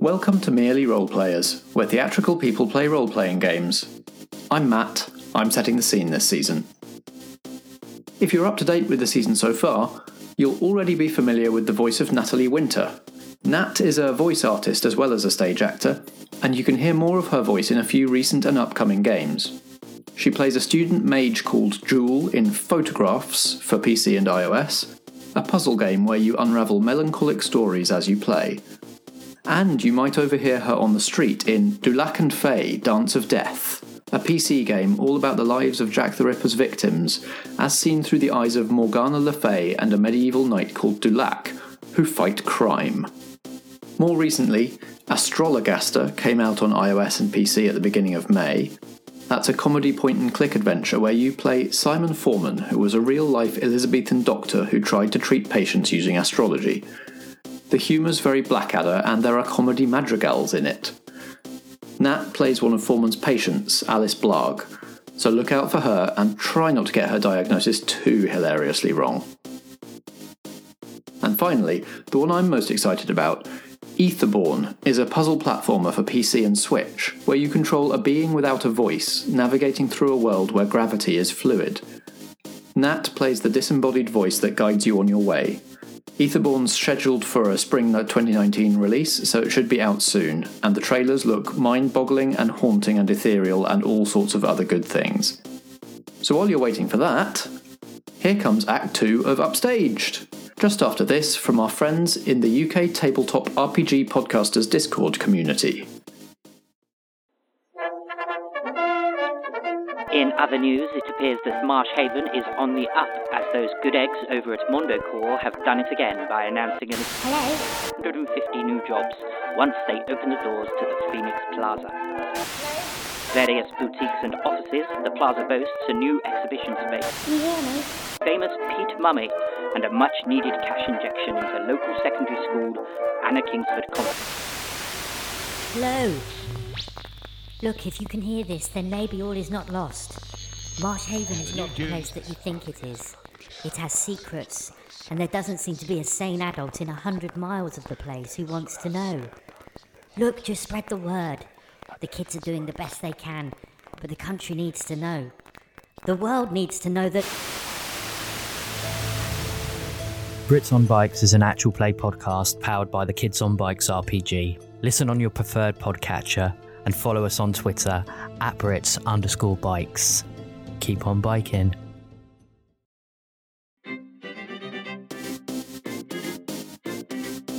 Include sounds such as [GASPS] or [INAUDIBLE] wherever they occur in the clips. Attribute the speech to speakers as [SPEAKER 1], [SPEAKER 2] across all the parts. [SPEAKER 1] Welcome to Merely Roleplayers, where theatrical people play role playing games. I'm Matt, I'm setting the scene this season. If you're up to date with the season so far, you'll already be familiar with the voice of Natalie Winter. Nat is a voice artist as well as a stage actor, and you can hear more of her voice in a few recent and upcoming games. She plays a student mage called Jewel in Photographs for PC and iOS, a puzzle game where you unravel melancholic stories as you play. And you might overhear her on the street in Dulac and Faye Dance of Death, a PC game all about the lives of Jack the Ripper's victims, as seen through the eyes of Morgana Le Fay and a medieval knight called Dulac, who fight crime. More recently, Astrologaster came out on iOS and PC at the beginning of May. That's a comedy point and click adventure where you play Simon Foreman, who was a real life Elizabethan doctor who tried to treat patients using astrology. The humour's very Blackadder, and there are comedy madrigals in it. Nat plays one of Foreman's patients, Alice Blarg, so look out for her and try not to get her diagnosis too hilariously wrong. And finally, the one I'm most excited about, Etherborn, is a puzzle platformer for PC and Switch, where you control a being without a voice, navigating through a world where gravity is fluid. Nat plays the disembodied voice that guides you on your way. Etherborn's scheduled for a spring 2019 release, so it should be out soon, and the trailers look mind boggling and haunting and ethereal and all sorts of other good things. So while you're waiting for that, here comes Act 2 of Upstaged. Just after this, from our friends in the UK Tabletop RPG Podcasters Discord community.
[SPEAKER 2] In other news, it appears that Marsh Haven is on the up, as those good eggs over at Mondo Corps have done it again by announcing an 150 new jobs once they open the doors to the Phoenix Plaza. Various boutiques and offices, the plaza boasts a new exhibition space,
[SPEAKER 3] Can you hear me?
[SPEAKER 2] famous Pete Mummy, and a much needed cash injection into local secondary school Anna Kingsford College.
[SPEAKER 3] Hello. Look, if you can hear this, then maybe all is not lost. Marsh Haven is not the place that you think it is. It has secrets, and there doesn't seem to be a sane adult in a hundred miles of the place who wants to know. Look, just spread the word. The kids are doing the best they can, but the country needs to know. The world needs to know that.
[SPEAKER 4] Brits on Bikes is an actual play podcast powered by the Kids on Bikes RPG. Listen on your preferred podcatcher and follow us on Twitter at Brits underscore bikes. Keep on biking.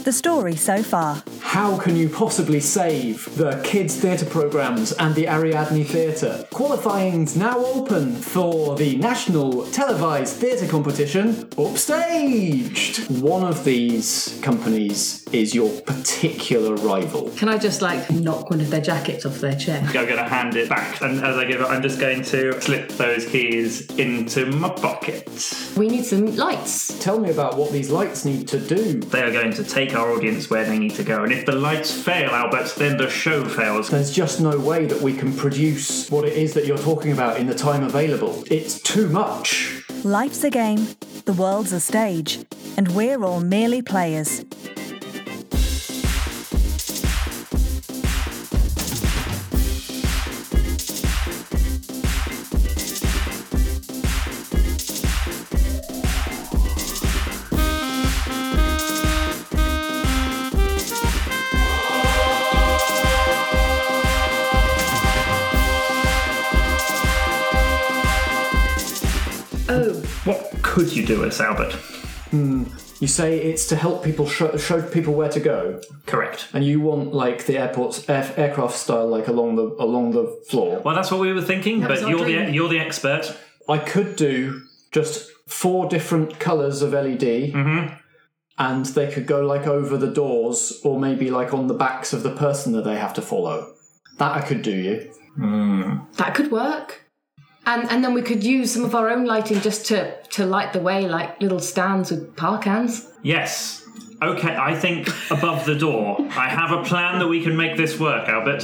[SPEAKER 5] The story so far.
[SPEAKER 1] How can you possibly save the kids' theatre programmes and the Ariadne Theatre? Qualifying's now open for the national televised theatre competition, Upstaged! One of these companies is your particular rival.
[SPEAKER 6] Can I just like knock one of their jackets off their chair?
[SPEAKER 7] I'm gonna hand it back, and as I give it, I'm just going to slip those keys into my pocket.
[SPEAKER 6] We need some lights.
[SPEAKER 1] Tell me about what these lights need to do.
[SPEAKER 7] They are going to take our audience where they need to go, and if the lights fail, Albert, then the show fails.
[SPEAKER 1] There's just no way that we can produce what it is that you're talking about in the time available. It's too much.
[SPEAKER 5] Life's a game, the world's a stage, and we're all merely players.
[SPEAKER 6] Oh,
[SPEAKER 7] What could you do us, Albert?
[SPEAKER 1] You say it's to help people show, show people where to go,
[SPEAKER 7] Correct.
[SPEAKER 1] and you want like the airport's air, aircraft style, like along the along the floor.
[SPEAKER 7] Well, that's what we were thinking,
[SPEAKER 6] was
[SPEAKER 7] but
[SPEAKER 6] our
[SPEAKER 7] you're the
[SPEAKER 6] dream.
[SPEAKER 7] you're the expert.
[SPEAKER 1] I could do just four different colours of LED, and they could go like over the doors, or maybe like on the backs of the person that they have to follow. That I could do you.
[SPEAKER 6] that could work. And and then we could use some of our own lighting just to to light the way, like little stands with park cans.
[SPEAKER 7] Yes. Okay, I think above the door. I have a plan that we can make this work, Albert.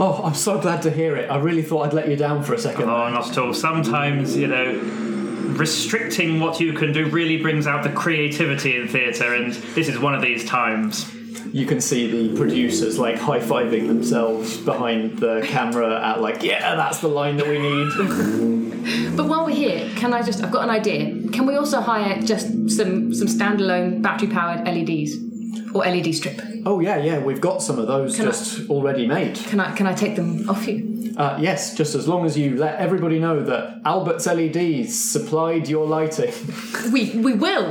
[SPEAKER 1] Oh, I'm so glad to hear it. I really thought I'd let you down for a second.
[SPEAKER 7] Oh, not at all. Sometimes, you know, restricting what you can do really brings out the creativity in theatre, and this is one of these times.
[SPEAKER 1] you can see the producers like high fiving themselves behind the camera at like, yeah, that's the line that we need.
[SPEAKER 6] But while we're here, can I just? I've got an idea. Can we also hire just some some standalone battery powered LEDs or LED strip?
[SPEAKER 1] oh yeah, yeah, we've got some of those
[SPEAKER 6] Can I-
[SPEAKER 1] just already made.
[SPEAKER 6] Can I can I take them off you?
[SPEAKER 1] Uh, yes, just as long as you let everybody know that Albert's LEDs supplied your lighting. [LAUGHS]
[SPEAKER 6] We we will.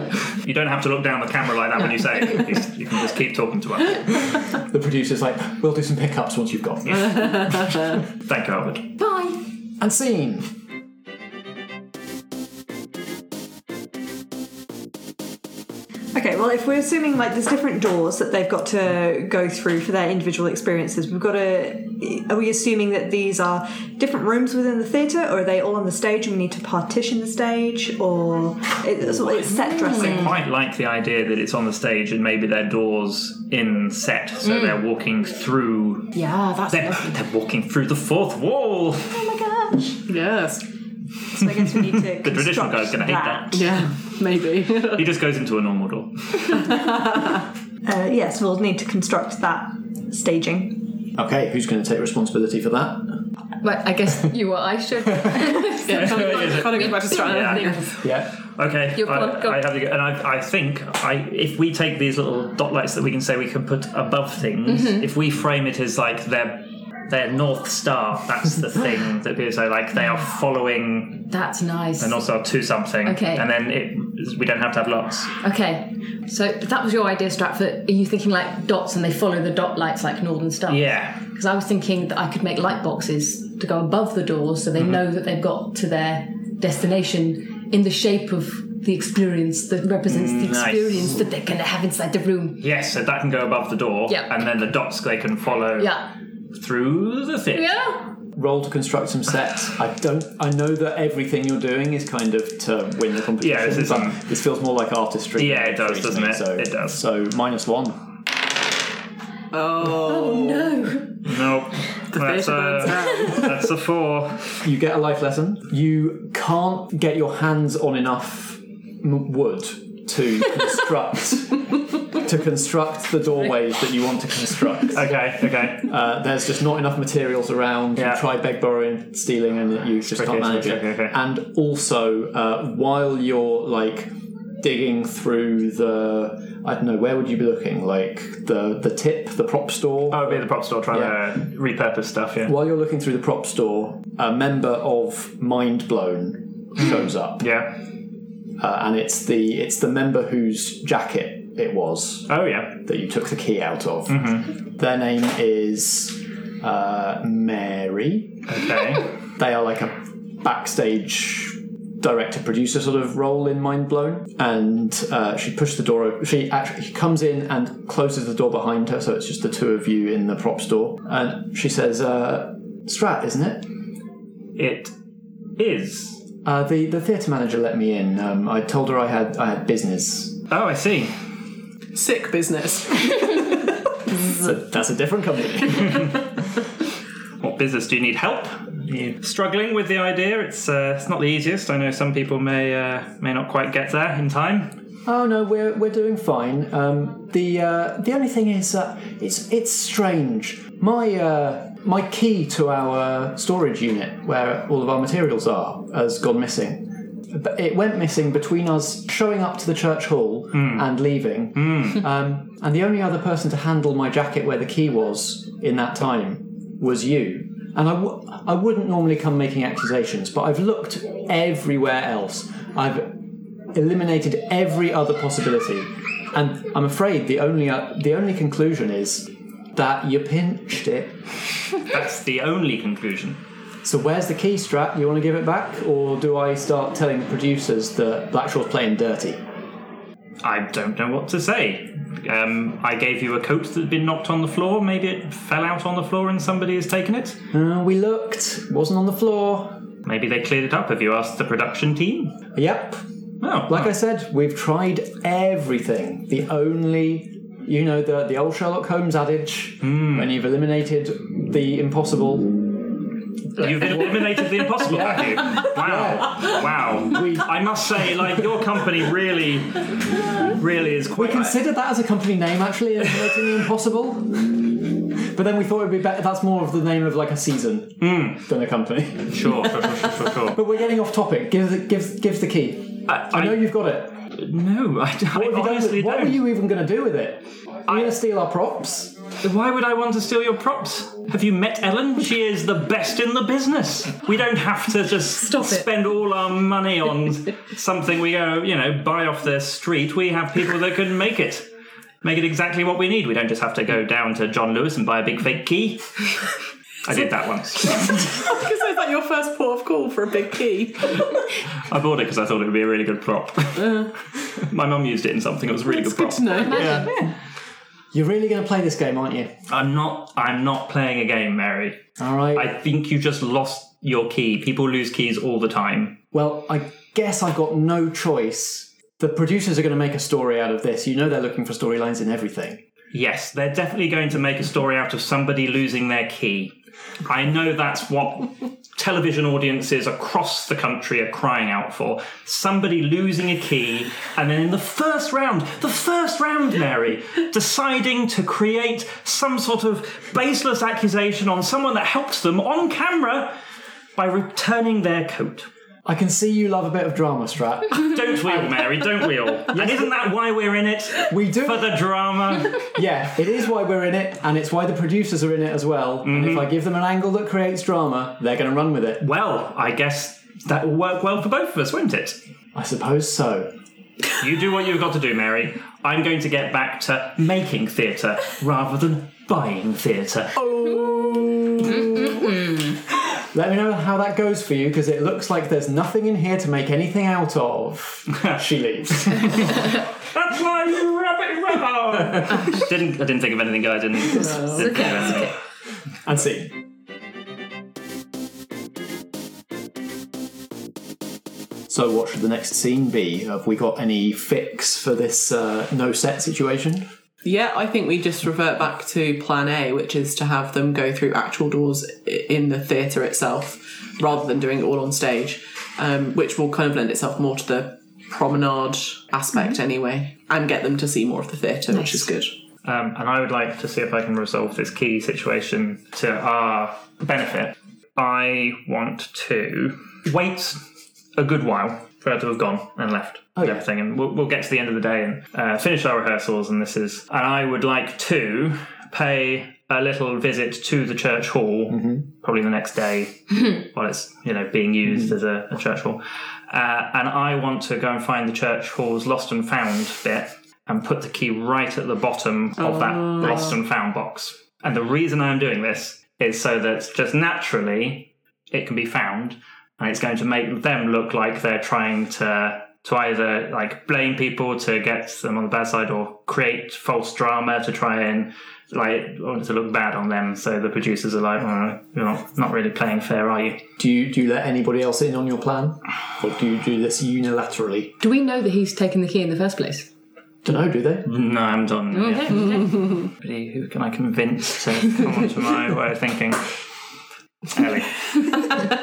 [SPEAKER 7] You don't have to look down the camera like that when you say
[SPEAKER 8] [LAUGHS]
[SPEAKER 7] it. You just- You can just keep talking to us.
[SPEAKER 1] The producer's like, we'll do some pickups once you've got them.
[SPEAKER 7] [LAUGHS] Thank you, Albert.
[SPEAKER 6] Bye.
[SPEAKER 1] and scene.
[SPEAKER 5] Okay, well, if we're assuming like there's different doors that they've got to go through for their individual experiences, we've got to. Are we assuming that these are different rooms within the theatre, or are they all on the stage and we need to partition the stage, or it's, it's set dressing?
[SPEAKER 7] Quite like the idea that it's on the stage and maybe their doors in set, so
[SPEAKER 8] Mm.
[SPEAKER 7] they're walking through.
[SPEAKER 6] Yeah, that's
[SPEAKER 7] They're,
[SPEAKER 6] lovely.
[SPEAKER 7] they're walking through the fourth wall.
[SPEAKER 5] Oh my gosh!
[SPEAKER 8] Yes.
[SPEAKER 5] So I guess we need to.
[SPEAKER 7] [LAUGHS] The traditional guy's going to hate that.
[SPEAKER 8] Yeah. Maybe.
[SPEAKER 7] He just goes into a normal door.
[SPEAKER 5] Uh, yes, we'll need to construct that staging.
[SPEAKER 1] Okay, who's going to take responsibility for that?
[SPEAKER 6] But I guess you or I should.
[SPEAKER 8] I can't go back to Strand.
[SPEAKER 1] Yeah.
[SPEAKER 7] Okay,
[SPEAKER 6] You're
[SPEAKER 7] I,
[SPEAKER 6] gone, go.
[SPEAKER 7] I have to go. And I, I think I, if we take these little dot lights that we can say we can put above things,
[SPEAKER 6] Mm-hmm.
[SPEAKER 7] if we frame it as like their their north star,
[SPEAKER 6] [LAUGHS]
[SPEAKER 7] that's the thing that people say like they are following
[SPEAKER 6] That's nice.
[SPEAKER 7] the north star to something.
[SPEAKER 6] Okay.
[SPEAKER 7] and then it, we don't have to have lots.
[SPEAKER 6] Okay. So if that was your idea, Stratford. Are you thinking like dots and they follow the dot lights like Northern Star?
[SPEAKER 7] Yeah,
[SPEAKER 6] Because I was thinking that I could make light boxes to go above the doors so
[SPEAKER 7] Mm-hmm.
[SPEAKER 6] they know that they've got to their destination in the shape of the experience that represents the
[SPEAKER 7] Nice.
[SPEAKER 6] experience that they're going to have inside the room.
[SPEAKER 7] yes, so that can go above the door.
[SPEAKER 6] Yeah.
[SPEAKER 7] and then the dots they can follow.
[SPEAKER 6] Yeah.
[SPEAKER 7] through the thing.
[SPEAKER 6] Yeah.
[SPEAKER 1] Roll to construct some sets. I don't. I know that everything you're doing is kind of to win the competition.
[SPEAKER 7] Yeah, this is,
[SPEAKER 1] but
[SPEAKER 7] um,
[SPEAKER 1] this feels more like artistry.
[SPEAKER 7] Yeah, it does, doesn't it?
[SPEAKER 1] So,
[SPEAKER 7] It does.
[SPEAKER 1] So minus one.
[SPEAKER 8] Oh,
[SPEAKER 6] [LAUGHS]
[SPEAKER 7] Nope. that's a [LAUGHS] that's a four.
[SPEAKER 1] You get a life lesson. You can't get your hands on enough m- wood
[SPEAKER 7] [LAUGHS]
[SPEAKER 1] to construct to construct the doorways that you want to construct.
[SPEAKER 7] Okay, okay.
[SPEAKER 1] Uh, there's just not enough materials around.
[SPEAKER 7] Yeah.
[SPEAKER 1] You try beg, borrowing, stealing, and you just
[SPEAKER 7] Okay,
[SPEAKER 1] can't manage
[SPEAKER 7] okay,
[SPEAKER 1] it.
[SPEAKER 7] okay, okay.
[SPEAKER 1] And also, uh, while you're like digging through the, I don't know, where would you be looking? Like the the tip, the prop store.
[SPEAKER 7] I would be at the prop store trying
[SPEAKER 1] Yeah.
[SPEAKER 7] to repurpose stuff. Yeah.
[SPEAKER 1] While you're looking through the prop store, a member of Mind Blown shows up,
[SPEAKER 7] Yeah.
[SPEAKER 1] uh, and it's the it's the member whose jacket it was
[SPEAKER 7] Oh yeah.
[SPEAKER 1] that you took the key out of. Their name is uh, Mary.
[SPEAKER 7] Okay.
[SPEAKER 1] they are like a backstage director producer sort of role in Mind Blown. And uh, she pushed the door open. She actually she comes in and closes the door behind her, so it's just the two of you in the prop store. And she says, uh, Strat, isn't it?
[SPEAKER 7] it is.
[SPEAKER 1] Uh, the the theatre manager let me in. Um, I told her I had I had business.
[SPEAKER 7] Oh, I see. [LAUGHS]
[SPEAKER 8] sick business.
[SPEAKER 1] So that's a different company.
[SPEAKER 7] What business do you need help? You struggling with the idea? It's uh, it's not the easiest. I know some people may uh, may not quite get there in time.
[SPEAKER 1] oh no, we're we're doing fine. Um, the uh, the only thing is uh, it's it's strange. My uh, my key to our storage unit where all of our materials are has gone missing. But It went missing between us showing up to the church hall and leaving. Um, and the only other person to handle my jacket where the key was in that time was you. And I w- I wouldn't normally come making accusations, but I've looked everywhere else. I've eliminated every other possibility, and I'm afraid the only uh, the only conclusion is that you pinched it.
[SPEAKER 7] That's the only conclusion.
[SPEAKER 1] So where's the key strap? You want to give it back, or do I start telling the producers that Blackshaw's playing dirty?
[SPEAKER 7] I don't know what to say. Um, I gave you a coat that had been knocked on the floor. Maybe it fell out on the floor and somebody has taken it.
[SPEAKER 1] Uh, we looked, wasn't on the floor.
[SPEAKER 7] Maybe they cleared it up. Have you asked the production team?
[SPEAKER 1] Yep.
[SPEAKER 7] Oh,
[SPEAKER 1] Like I said, we've tried everything. The only, you know,
[SPEAKER 8] Hmm.
[SPEAKER 1] the the old Sherlock Holmes adage: when you've eliminated the impossible,
[SPEAKER 7] You've eliminated the impossible, have you? Wow, wow. I must say, like your company really, really is
[SPEAKER 1] We
[SPEAKER 7] quite.
[SPEAKER 1] considered that as a company name, actually, and making the impossible. But then we thought it'd be better. That's more of the name of like a season
[SPEAKER 8] Hmm.
[SPEAKER 1] than a company.
[SPEAKER 7] Sure, sure, sure, sure, sure.
[SPEAKER 1] But we're getting off topic. Give the, give, give the key.
[SPEAKER 7] I,
[SPEAKER 1] I know
[SPEAKER 7] I-
[SPEAKER 1] you've got it.
[SPEAKER 7] No, I, I
[SPEAKER 1] What, have you done
[SPEAKER 7] honestly
[SPEAKER 1] with, what
[SPEAKER 7] don't.
[SPEAKER 1] were you even going to do with it? Are you going to steal our
[SPEAKER 8] [LAUGHS]
[SPEAKER 1] props?
[SPEAKER 7] Why would I want to steal your props? Have you met Ellen? She is the best in the business. We don't have to just
[SPEAKER 6] Stop it.
[SPEAKER 7] spend all our
[SPEAKER 6] [LAUGHS]
[SPEAKER 7] money on something we go, you know, buy off the street. We have people that can make it. Make it exactly what we need. We don't just have to go down to John Lewis and buy a big fake key. I did
[SPEAKER 6] [LAUGHS]
[SPEAKER 7] that once.
[SPEAKER 8] Because it's like your first port of call for a big key.
[SPEAKER 7] I bought it because I thought it would be a really good prop. [LAUGHS] My mum used it in something. It was a really
[SPEAKER 8] It's
[SPEAKER 7] good
[SPEAKER 8] good
[SPEAKER 7] prop.
[SPEAKER 8] to know.
[SPEAKER 1] You're really going to play this game, aren't you?
[SPEAKER 7] I'm not. I'm not playing a game, Mary.
[SPEAKER 1] All right.
[SPEAKER 7] I think you just lost your key. People lose keys all the time.
[SPEAKER 1] Well, I guess I've got no choice. The producers are going to make a story out of this. You know they're looking for storylines in everything.
[SPEAKER 7] Yes, they're definitely going to make a story out of somebody losing their key. I know that's what television audiences across the country are crying out for. Somebody losing a key, and then in the first round, the first round, Mary, deciding to create some sort of baseless accusation on someone that helps them on camera by returning their coat.
[SPEAKER 1] I can see you love a bit of drama,
[SPEAKER 7] [LAUGHS]
[SPEAKER 1] Strat.
[SPEAKER 7] Don't we all, Mary? Don't we all? And isn't that why we're in it?
[SPEAKER 1] We do.
[SPEAKER 7] For the drama.
[SPEAKER 1] yeah, it is why we're in it, and it's why the producers are in it as well. And
[SPEAKER 8] Mm-hmm.
[SPEAKER 1] if I give them an angle that creates drama, they're going to run with it.
[SPEAKER 7] Well, I guess that will work well for both of us, won't it?
[SPEAKER 1] I suppose so.
[SPEAKER 7] You do what you've got to do, Mary. I'm going to get back to making theatre rather than buying theatre.
[SPEAKER 1] Let me know how that goes for you, because it looks like there's nothing in here to make anything out of. she leaves.
[SPEAKER 7] That's my rabbit rabbit! [LAUGHS] didn't, I didn't think of anything, guys. Didn't, didn't think of anything.
[SPEAKER 1] and see. So, what should the next scene be? Have we got any fix for this uh, no set situation?
[SPEAKER 8] Yeah, I think we just revert back to plan A, which is to have them go through actual doors i- in the theatre itself rather than doing it all on stage, um, which will kind of lend itself more to the promenade aspect anyway and get them to see more of the theatre, which is good.
[SPEAKER 7] Um, and I would like to see if I can resolve this key situation to our benefit. I want to wait a good while for her to have gone and left and
[SPEAKER 1] yeah.
[SPEAKER 7] everything, and we'll, we'll get to the end of the day and uh, finish our rehearsals. And this is, and I would like to pay a little visit to the church hall, probably the next day, while it's you know being used as a, a church hall. Uh, and I want to go and find the church hall's lost and found bit and put the key right at the bottom of that lost and found box. And the reason I'm doing this is so that just naturally it can be found, and it's going to make them look like they're trying to to either like blame people to get them on the bad side or create false drama to try and like or to look bad on them. So the producers are like, oh, you're not, not really playing fair, are you?
[SPEAKER 1] Do you do you let anybody else in on your plan, or do you do this unilaterally?
[SPEAKER 6] Do we know that he's taken the key in the first place?
[SPEAKER 1] Don't know. Do they?
[SPEAKER 7] No, I'm done. Yeah. Somebody Who can I convince to come onto my way of thinking? Ellie,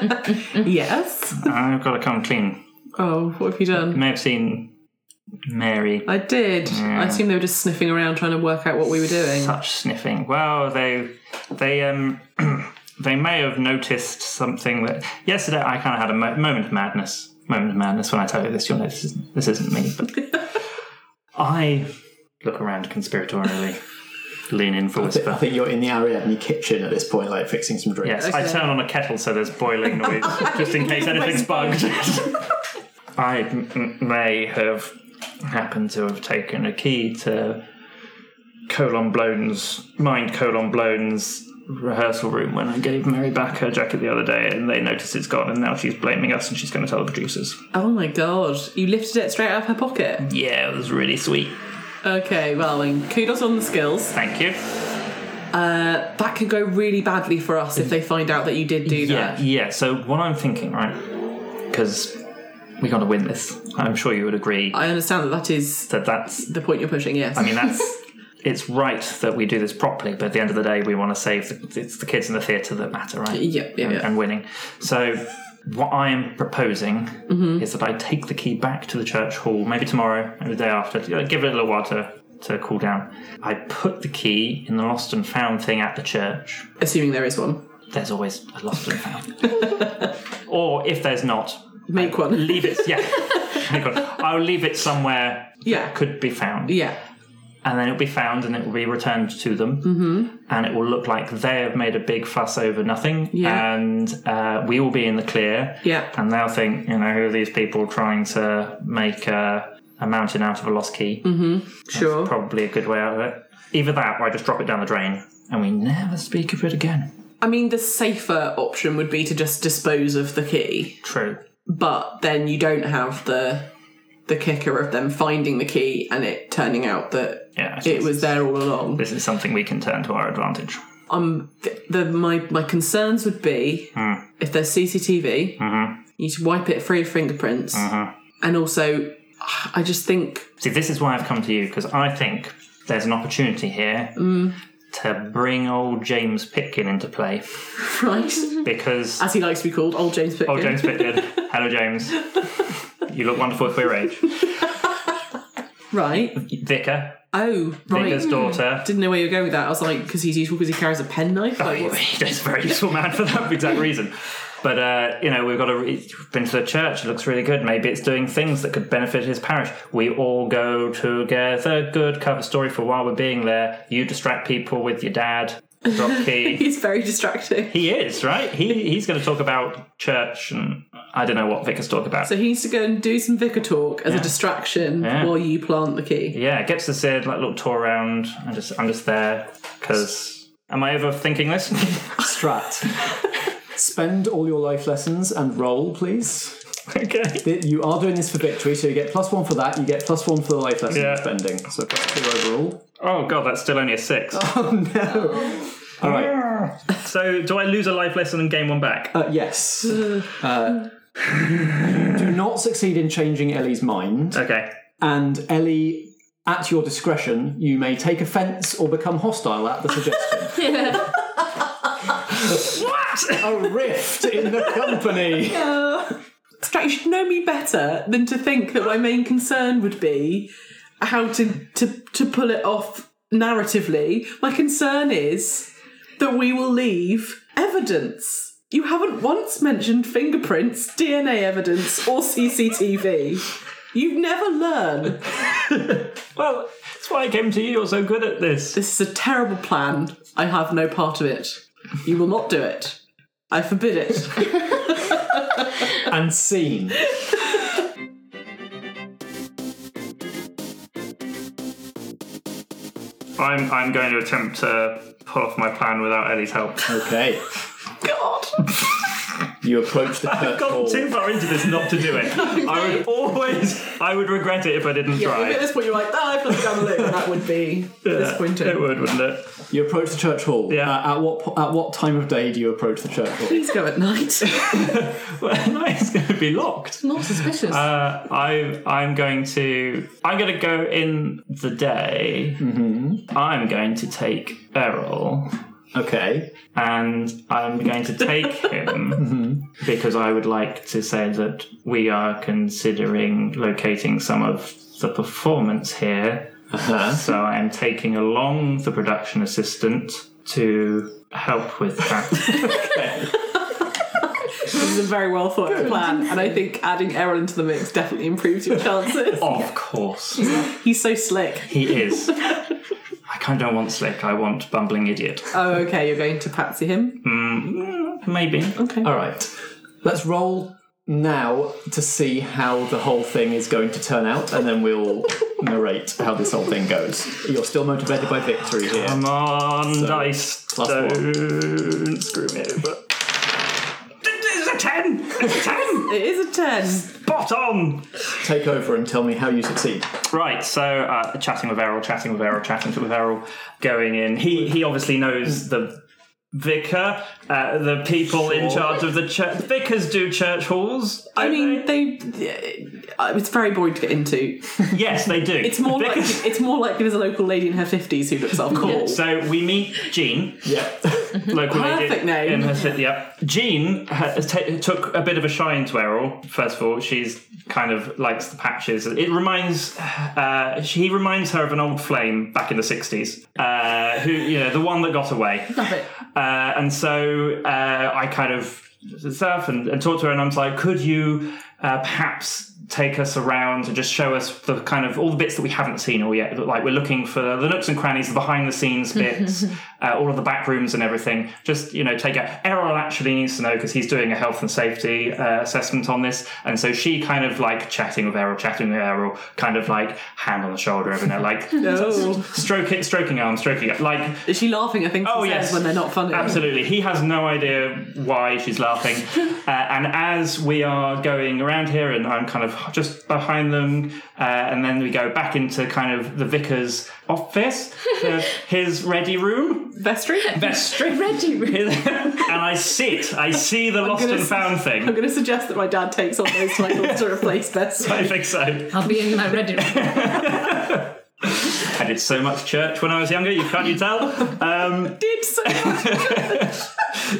[SPEAKER 8] Yes.
[SPEAKER 7] I've got to come clean.
[SPEAKER 8] Oh, what have you
[SPEAKER 7] You
[SPEAKER 8] done?
[SPEAKER 7] may have seen Mary.
[SPEAKER 8] I did. I assume they were just sniffing around trying to work out what we were doing.
[SPEAKER 7] Such sniffing. Well, they they um [CLEARS THROAT] they may have noticed something that yesterday I kind of had a mo- moment of madness. Moment of madness when I tell you this. You'll know this isn't, this isn't me, but I look around conspiratorially, lean in for
[SPEAKER 1] I
[SPEAKER 7] whisper.
[SPEAKER 1] think you're in the Ariadne kitchen at this point, like fixing some drinks.
[SPEAKER 7] Yes, I turn on a kettle so there's boiling noise, just in case anything's bugged. [LAUGHS] I m- m- may have happened to have taken a key to Colon Blown's, Mind Colon Blown's rehearsal room when I gave Mary back her jacket the other day and they noticed it's gone and now she's blaming us and she's going to tell the producers.
[SPEAKER 8] Oh my god. You lifted it straight out of her pocket.
[SPEAKER 7] Yeah, it was really sweet.
[SPEAKER 8] Okay, well then kudos on the skills.
[SPEAKER 7] Thank you.
[SPEAKER 8] That could go really badly for us if they find out that you did do
[SPEAKER 7] Yeah,
[SPEAKER 8] that.
[SPEAKER 7] yeah. So what I'm thinking, right, because we got to win this. I'm sure you would agree
[SPEAKER 8] I understand that that is
[SPEAKER 7] that that's
[SPEAKER 8] the point you're pushing, yes.
[SPEAKER 7] I mean, that's [LAUGHS] it's right that we do this properly, but at the end of the day, we want to save the, it's the kids in the theatre that matter, right?
[SPEAKER 8] Yeah, yeah,
[SPEAKER 7] and,
[SPEAKER 8] yeah.
[SPEAKER 7] and winning. So, what I am proposing
[SPEAKER 8] Mm-hmm.
[SPEAKER 7] is that I take the key back to the church hall, maybe tomorrow, maybe the day after, you know, give it a little while to, to cool down. I put the key in the lost and found thing at the church.
[SPEAKER 8] Assuming there is one.
[SPEAKER 7] There's always a lost and found.
[SPEAKER 8] [LAUGHS]
[SPEAKER 7] or if there's not,
[SPEAKER 8] Make one.
[SPEAKER 7] leave it, yeah. Make one. I'll leave it somewhere
[SPEAKER 8] [LAUGHS] Yeah.
[SPEAKER 7] could be found
[SPEAKER 8] Yeah.
[SPEAKER 7] and then it'll be found and it will be returned to them
[SPEAKER 8] Mm-hmm.
[SPEAKER 7] and it will look like they have made a big fuss over nothing
[SPEAKER 8] Yeah.
[SPEAKER 7] and uh, we will be in the clear
[SPEAKER 8] Yeah.
[SPEAKER 7] and they'll think you know who are these people trying to make a, a mountain out of a lost key
[SPEAKER 8] Mm-hmm. Sure.
[SPEAKER 7] probably a good way out of it either that or i just drop it down the drain and we never speak of it again
[SPEAKER 8] I mean, the safer option would be to just dispose of the key,
[SPEAKER 7] true
[SPEAKER 8] but then you don't have the the kicker of them finding the key and it turning out that
[SPEAKER 7] yeah so
[SPEAKER 8] it was there all along.
[SPEAKER 7] this is something we can turn to our advantage
[SPEAKER 8] um, th- the my my concerns would be
[SPEAKER 7] Hmm.
[SPEAKER 8] if there's CCTV,
[SPEAKER 7] Mm-hmm.
[SPEAKER 8] you need to wipe it free of fingerprints, and also [SIGHS] I just think [LAUGHS]
[SPEAKER 7] See, this is why I've come to you because I think there's an opportunity here
[SPEAKER 8] Mm.
[SPEAKER 7] to bring old James Pitkin into
[SPEAKER 8] [LAUGHS]
[SPEAKER 7] play
[SPEAKER 8] right
[SPEAKER 7] because
[SPEAKER 8] as he likes to be called, old James Pitkin.
[SPEAKER 7] old Oh, James Pitkin, hello James, you look wonderful for your age. [LAUGHS]
[SPEAKER 8] right?
[SPEAKER 7] Vicar,
[SPEAKER 8] Oh, right.
[SPEAKER 7] Vicar's daughter.
[SPEAKER 8] Didn't know where you were going with that. I was like, because he's useful because he carries a penknife.
[SPEAKER 7] Oh,
[SPEAKER 8] Like, what's-
[SPEAKER 7] He's a very useful man for that exact reason. But uh, you know, we've got a re- been to the church. It looks really good. Maybe it's doing things that could benefit his parish. We all go together. Good cover story for while we're being there. You distract people with your dad. Drop key.
[SPEAKER 8] [LAUGHS] He's very distracting.
[SPEAKER 7] He is right. He he's going to talk about church and I don't know what vicars talk about.
[SPEAKER 8] So he needs to go and do some vicar talk as a distraction
[SPEAKER 7] Yeah.
[SPEAKER 8] while you plant the key.
[SPEAKER 7] yeah, gets this uh, like little tour around. I'm just I'm just there because am I overthinking this? [LAUGHS]
[SPEAKER 1] Strat. Spend all your life lessons and roll, please.
[SPEAKER 7] okay.
[SPEAKER 1] Th- You are doing this for victory, so you get plus one for that. You get plus one for the life lesson
[SPEAKER 7] Yeah.
[SPEAKER 1] spending. So plus two overall. [LAUGHS]
[SPEAKER 7] Oh god, that's still only a [LAUGHS] six.
[SPEAKER 1] Oh no! All right.
[SPEAKER 7] So do I lose a life lesson and gain one back?
[SPEAKER 1] Uh, yes. Uh, [SIGHS] you do not succeed in changing Ellie's mind,
[SPEAKER 7] Okay.
[SPEAKER 1] and Ellie, at your discretion, you may take offence or become hostile at the suggestion. [LAUGHS]
[SPEAKER 7] What? [LAUGHS]
[SPEAKER 1] A rift in the company.
[SPEAKER 8] Strat, you should know me better than to think that my main concern would be how to to, to pull it off narratively. My concern is that we will leave evidence. You haven't once mentioned fingerprints, DNA evidence, or CCTV. You never learn.
[SPEAKER 7] well, that's why I came to you. You're so good at this.
[SPEAKER 8] This is a terrible plan. I have no part of it. You will not do it. I forbid it. [LAUGHS]
[SPEAKER 1] and scene.
[SPEAKER 7] I'm I'm going to attempt to pull off my plan without Ellie's help.
[SPEAKER 1] Okay.
[SPEAKER 8] God.
[SPEAKER 1] You approach the
[SPEAKER 7] [LAUGHS] I've
[SPEAKER 1] Kirk
[SPEAKER 7] gone
[SPEAKER 1] Hall.
[SPEAKER 7] too far into this not to do [LAUGHS] it. I would always, I would regret it if I didn't
[SPEAKER 8] Yeah,
[SPEAKER 7] try.
[SPEAKER 8] if at this point you're like, ah, I flipped down the loop, that would be disappointing.
[SPEAKER 7] It would, wouldn't it?
[SPEAKER 1] You approach the church hall.
[SPEAKER 7] Yeah.
[SPEAKER 1] Uh, at what po- at what time of day do you approach the church hall?
[SPEAKER 7] [LAUGHS]
[SPEAKER 8] Please go at night.
[SPEAKER 7] Well, [LAUGHS] no, it's going to be locked.
[SPEAKER 6] Not suspicious.
[SPEAKER 7] Uh, I, I'm going to, I'm going to go in the day. I'm going to take Errol,
[SPEAKER 1] Okay.
[SPEAKER 7] and I'm going to take him because I would like to say that we are considering locating some of the performance here.
[SPEAKER 1] Uh-huh.
[SPEAKER 7] So I am taking along the production assistant to help with that.
[SPEAKER 8] this is a very well thought out plan, and I think adding Errol into the mix definitely improves your chances.
[SPEAKER 7] of course.
[SPEAKER 8] He's so slick.
[SPEAKER 7] He is. I kind of want slick, I want bumbling idiot.
[SPEAKER 8] Oh, okay, you're going to patsy him.
[SPEAKER 7] Hmm. Maybe.
[SPEAKER 8] Okay.
[SPEAKER 1] All right. Let's roll now to see how the whole thing is going to turn out, and then
[SPEAKER 7] [LAUGHS]
[SPEAKER 1] we'll narrate how this whole thing goes. You're still motivated by victory here.
[SPEAKER 7] Come on, dice.
[SPEAKER 1] plus
[SPEAKER 7] Don't screw me over. It's a 10! It's a 10!
[SPEAKER 8] It is a 10.
[SPEAKER 7] Spot on!
[SPEAKER 1] Take over and tell me how you succeed.
[SPEAKER 7] Right, so uh, chatting with Errol, chatting with Errol, chatting with Errol, going in. He he obviously knows the vicar, uh, the people in charge of the church. Vicars do church halls.
[SPEAKER 8] I mean, they. uh, It's very boring to get into.
[SPEAKER 7] Yes, they do.
[SPEAKER 8] It's more like
[SPEAKER 7] Vicars-
[SPEAKER 8] it's more like there's a local lady in her fifties who looks up cool. Oh.
[SPEAKER 7] So we meet Jean.
[SPEAKER 1] [LAUGHS] Yep.
[SPEAKER 7] local lady
[SPEAKER 8] Perfect name.
[SPEAKER 7] in her city. Yep. Jean has ta took a bit of a shine to Errol. First of all, she's kind of likes the patches. It reminds uh, she reminds her of an old flame back in the sixties, uh, who you know the one that got away.
[SPEAKER 6] Love it.
[SPEAKER 7] Uh, and so uh, I kind of surf and, and talk to her, and I'm like, could you uh, perhaps take us around and just show us the kind of all the bits that we haven't seen all yet? Like we're looking for the nooks and crannies, the behind the scenes bits, uh, all of the back rooms and everything. Just you know, take out. Errol actually needs to know because he's doing a health and safety uh, assessment on this, and so she kind of like chatting with Errol, chatting with Errol, kind of like hand on the shoulder every now, like
[SPEAKER 8] No.
[SPEAKER 7] stroke it, stroking arm, stroking like
[SPEAKER 8] Is she laughing at things
[SPEAKER 7] Oh,
[SPEAKER 8] she says
[SPEAKER 7] yes.
[SPEAKER 8] when they're not funny?
[SPEAKER 7] Absolutely. He has no idea why she's
[SPEAKER 8] [LAUGHS]
[SPEAKER 7] laughing. uh, and as we are going around here, and I'm kind of just behind them, uh, and then we go back into kind of the vicar's office,
[SPEAKER 8] [LAUGHS]
[SPEAKER 7] the, his ready room.
[SPEAKER 8] Vestry?
[SPEAKER 6] [LAUGHS]
[SPEAKER 7] Vestry.
[SPEAKER 8] Reggie room.
[SPEAKER 7] [LAUGHS] and I sit. I see the lost
[SPEAKER 8] gonna
[SPEAKER 7] and
[SPEAKER 8] s-
[SPEAKER 7] found thing.
[SPEAKER 8] I'm going to suggest that my dad takes on those titles to replace Vestry.
[SPEAKER 7] [LAUGHS] I think so.
[SPEAKER 6] I'll be in my ready
[SPEAKER 7] [LAUGHS]
[SPEAKER 6] room.
[SPEAKER 7] I did so much church when I was younger. You can't you tell? Um,
[SPEAKER 8] Did so much.
[SPEAKER 7] [LAUGHS]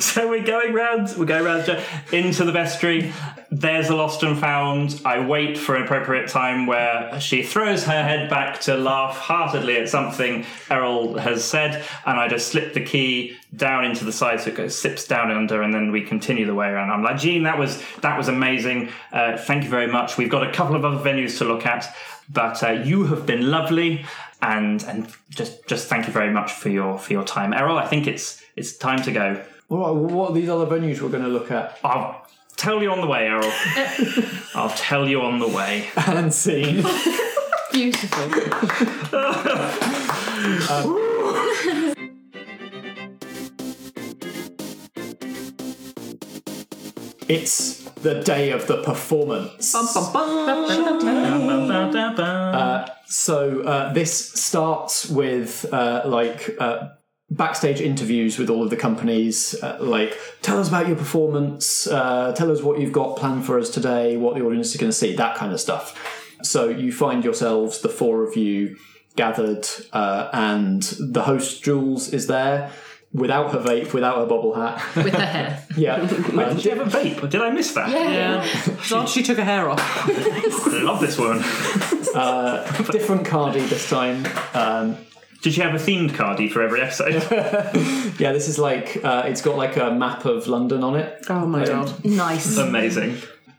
[SPEAKER 7] So we're going round, we're going round to- into the vestry. There's a lost and found. I wait for an appropriate time where she throws her head back to laugh heartedly at something Errol has said, and I just slip the key down into the side so it goes sips down under, and then we continue the way around. I'm like, Gene, that was that was amazing. Uh, thank you very much. We've got a couple of other venues to look at, but uh, you have been lovely. And and just just thank you very much for your for your time, Errol. I think it's it's time to go.
[SPEAKER 1] What, what are these other venues we're going to look at?
[SPEAKER 7] I'll tell you on the way, Errol. I'll tell you on the way.
[SPEAKER 1] And
[SPEAKER 7] [LAUGHS]
[SPEAKER 1] scene.
[SPEAKER 6] Beautiful.
[SPEAKER 1] it's the day of the performance.
[SPEAKER 8] Bum, bum, bum.
[SPEAKER 1] So uh, this starts with uh, like uh, backstage interviews with all of the companies. Uh, like, tell us about your performance. Uh, tell us what you've got planned for us today. What the audience is going to see. That kind of stuff. So you find yourselves, the four of you, gathered, uh, and the host Jules is there. Without her vape, without her bobble
[SPEAKER 6] [LAUGHS]
[SPEAKER 1] hat.
[SPEAKER 6] With her hair.
[SPEAKER 1] Yeah. Uh,
[SPEAKER 7] Did you have a vape? Did I miss that?
[SPEAKER 8] She, she took her hair off.
[SPEAKER 7] I love this one.
[SPEAKER 1] different Cardi this time. Um,
[SPEAKER 7] Did you have a themed cardi for every episode?
[SPEAKER 1] yeah, this is like, uh, it's got like a map of London on it.
[SPEAKER 8] Oh my god.
[SPEAKER 6] Nice.
[SPEAKER 7] Amazing.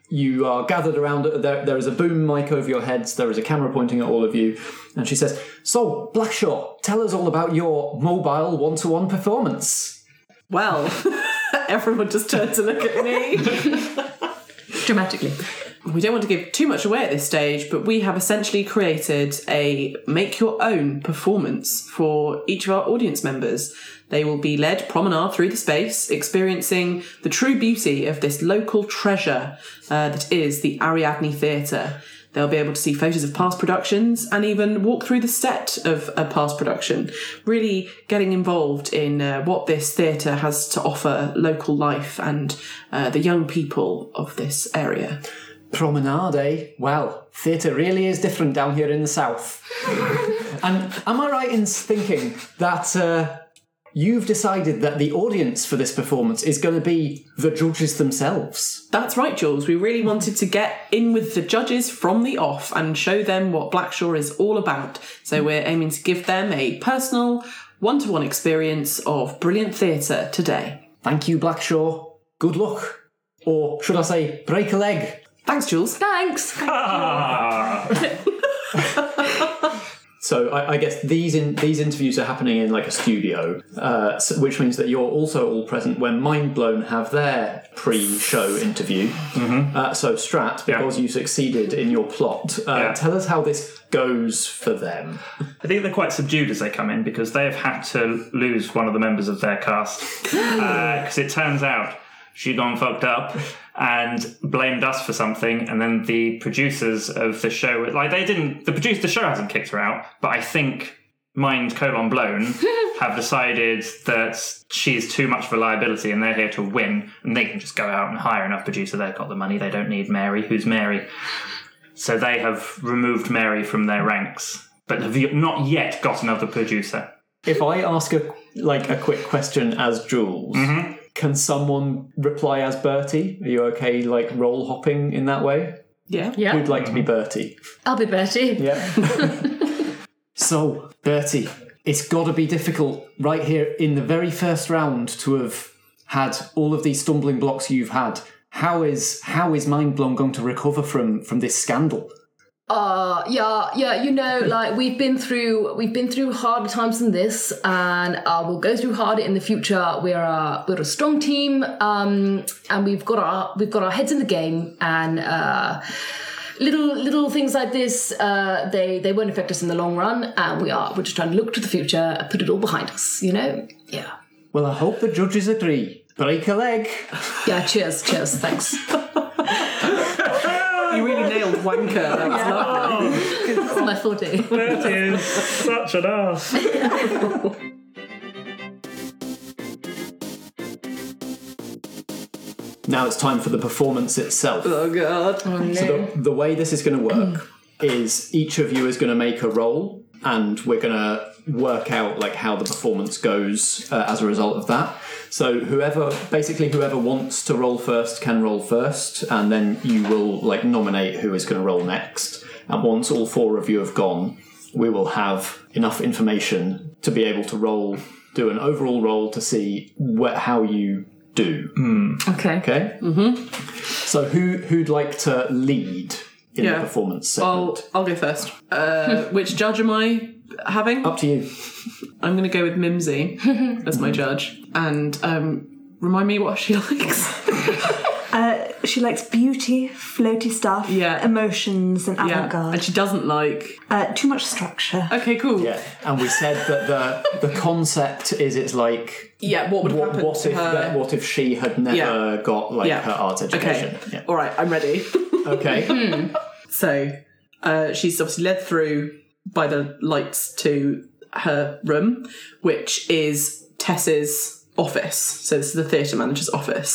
[SPEAKER 1] you are gathered around there, there is a boom mic over your heads there is a camera pointing at all of you and she says so blackshaw tell us all about your mobile one-to-one performance
[SPEAKER 8] Well, [LAUGHS] everyone just turned to look at me.
[SPEAKER 6] Dramatically.
[SPEAKER 8] We don't want to give too much away at this stage, but we have essentially created a make your own performance for each of our audience members. They will be led promenade through the space, experiencing the true beauty of this local treasure uh, that is the Ariadne Theatre. They'll be able to see photos of past productions and even walk through the set of a past production, really getting involved in uh, what this theatre has to offer local life and uh, the young people of this area.
[SPEAKER 1] promenade eh? well theatre really is different down here in the south [LAUGHS] and am i right in thinking that uh, you've decided that the audience for this performance is going to be the judges themselves
[SPEAKER 8] That's right, Jules. We really wanted to get in with the judges from the off and show them what Blackshaw is all about. So we're aiming to give them a personal, one to one experience of brilliant theatre today.
[SPEAKER 1] thank you blackshaw good luck or should i say break a leg
[SPEAKER 8] Thanks, Jules.
[SPEAKER 6] Thanks.
[SPEAKER 1] [LAUGHS]
[SPEAKER 7] Ah,
[SPEAKER 1] So I, I guess these in, these interviews are happening in like a studio, uh, so- which means that you're also all present when Mindblown have their pre-show interview. Uh, so Strat, because you succeeded in your plot, uh,
[SPEAKER 7] Yeah.
[SPEAKER 1] tell us how this goes for them.
[SPEAKER 7] I think they're quite subdued as they come in because they have had to lose one of the members of their cast because it turns out she gone fucked up and blamed us for something, and then the producers of the show like they didn't. The producer the show hasn't kicked her out, but I think mind colon blown have decided that she's too much of a liability and they're here to win and they can just go out and hire enough producer they've got the money they don't need mary who's mary so they have removed mary from their ranks but have y- not yet got another producer
[SPEAKER 1] If I ask a like a quick question as Jules, can someone reply as Bertie? Are you okay, like role hopping in that way?
[SPEAKER 8] Yeah.
[SPEAKER 6] Yeah.
[SPEAKER 1] We'd like to be Bertie.
[SPEAKER 6] I'll be Bertie.
[SPEAKER 1] Yeah. [LAUGHS] so, Bertie, it's got to be difficult right here in the very first round to have had all of these stumbling blocks you've had. How is how is Mind Blown going to recover from from this scandal?
[SPEAKER 6] uh yeah yeah you know like we've been through we've been through harder times than this and uh, we'll go through harder in the future we're a we're a strong team um and we've got our we've got our heads in the game and uh little little things like this uh they they won't affect us in the long run and we are we're just trying to look to the future and put it all behind us you know yeah
[SPEAKER 1] Well, I hope the judges agree. Break a leg.
[SPEAKER 6] yeah cheers cheers
[SPEAKER 1] [LAUGHS]
[SPEAKER 6] thanks
[SPEAKER 8] You really nailed wanker. That was lovely.
[SPEAKER 6] that's my forte
[SPEAKER 7] that is such an ass
[SPEAKER 1] Now it's time for the performance itself.
[SPEAKER 8] Oh god.
[SPEAKER 1] So the, the way this is going to work is each of you is going to make a roll, and we're going to work out like how the performance goes uh, as a result of that. So whoever, basically whoever wants to roll first can roll first, and then you will like nominate who is going to roll next. And once all four of you have gone, we will have enough information to be able to roll, do an overall roll to see wh- how you do.
[SPEAKER 6] okay
[SPEAKER 1] Okay. Mm-hmm. So who who'd like to lead in
[SPEAKER 8] Yeah.
[SPEAKER 1] the performance
[SPEAKER 8] I'll
[SPEAKER 1] segment?
[SPEAKER 8] I'll go first. Uh, which judge am I having?
[SPEAKER 1] Up to you.
[SPEAKER 8] I'm going to go with [LAUGHS] Mimsy as my judge, and um, remind me what she [LAUGHS] likes. Oh,
[SPEAKER 5] Uh, She likes beauty, floaty stuff,
[SPEAKER 8] Yeah.
[SPEAKER 5] emotions, and
[SPEAKER 8] yeah,
[SPEAKER 5] avant-garde.
[SPEAKER 8] and she Oh, doesn't like.
[SPEAKER 5] uh, too much structure.
[SPEAKER 8] Okay, cool.
[SPEAKER 1] Yeah. And we said that the the concept is it's like
[SPEAKER 8] Yeah, what would
[SPEAKER 1] what,
[SPEAKER 8] happen
[SPEAKER 1] what
[SPEAKER 8] to
[SPEAKER 1] if
[SPEAKER 8] her?
[SPEAKER 1] that- what if she had never
[SPEAKER 8] Yeah.
[SPEAKER 1] got like
[SPEAKER 8] Yeah.
[SPEAKER 1] her art education?
[SPEAKER 8] okay, all right, Hmm. I'm ready. [LAUGHS]
[SPEAKER 1] Yeah. Okay.
[SPEAKER 8] so uh, she's obviously led through by the lights to her room, which is Tess's office. So this is the theatre manager's office,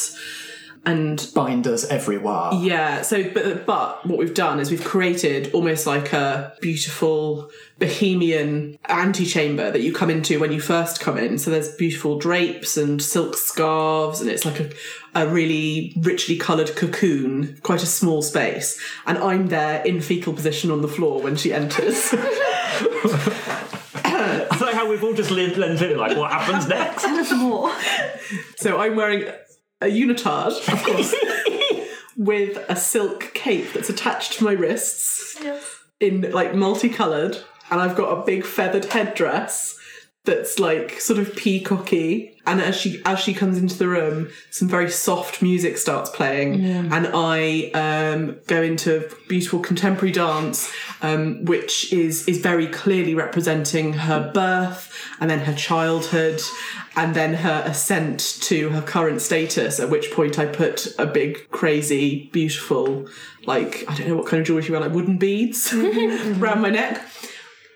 [SPEAKER 8] and
[SPEAKER 1] Binders everywhere.
[SPEAKER 8] Yeah, so but, but what we've done is we've created almost like a beautiful bohemian antechamber that you come into when you first come in. So there's beautiful drapes and silk scarves, and it's like a, a really richly coloured cocoon, quite a small space. And I'm there in fetal position on the floor when she enters. [LAUGHS]
[SPEAKER 7] it's like how we've all just lived lent in like what happens [LAUGHS] next
[SPEAKER 8] [LAUGHS] so I'm wearing a unitard, of course, with a silk cape that's attached to my wrists. in like multicolored, and I've got a big feathered headdress that's like sort of peacocky. And as she as she comes into the room, some very soft music starts playing, and I um, go into beautiful contemporary dance, um, which is is very clearly representing her birth, and then her childhood, and then her ascent to her current status. At which point, I put a big, crazy, beautiful, like I don't know what kind of jewelry she wear, like wooden beads [LAUGHS] around my neck.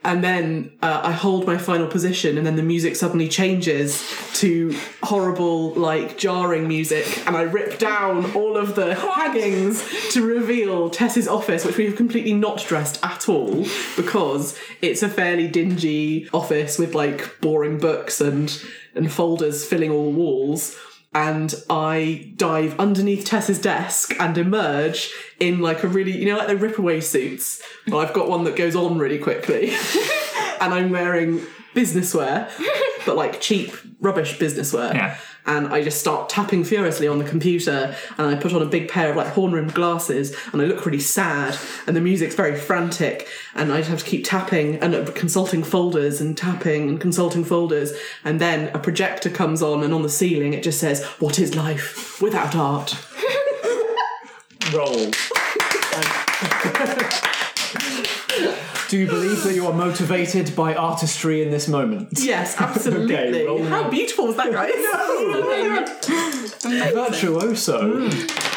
[SPEAKER 8] And then uh, I hold my final position, and then the music suddenly changes to horrible, like jarring music, and I rip down all of the hangings to reveal Tess's office, which we have completely not dressed at all because it's a fairly dingy office with like boring books and and folders filling all walls and I dive underneath Tess's desk and emerge in like a really, you know, like the ripaway suits. Well, I've got one that goes on really quickly, and I'm wearing businesswear, but like cheap rubbish businesswear.
[SPEAKER 7] Yeah.
[SPEAKER 8] And I just start tapping furiously on the computer, and I put on a big pair of like horn rimmed glasses, and I look really sad, and the music's very frantic, and I just have to keep tapping and uh, consulting folders and tapping and consulting folders, and then a projector comes on, and on the ceiling it just says, "What is life without art?"
[SPEAKER 1] Roll. Do you believe that you are motivated by artistry in this moment?
[SPEAKER 8] Yes, absolutely.
[SPEAKER 1] Okay, roll
[SPEAKER 8] How beautiful was that, guys? Hmm.
[SPEAKER 1] Virtuoso.
[SPEAKER 8] [LAUGHS]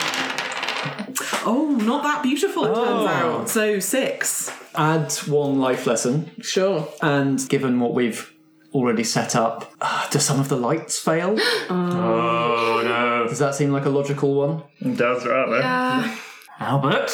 [SPEAKER 8] Oh, not that beautiful, it turns out. So six.
[SPEAKER 1] Add one life lesson,
[SPEAKER 8] Sure.
[SPEAKER 1] and given what we've already set up, uh, do some of the lights [GASPS] fail?
[SPEAKER 7] Oh
[SPEAKER 1] Does that seem like a logical one?
[SPEAKER 7] no, does rather.
[SPEAKER 6] Uh,
[SPEAKER 7] Albert.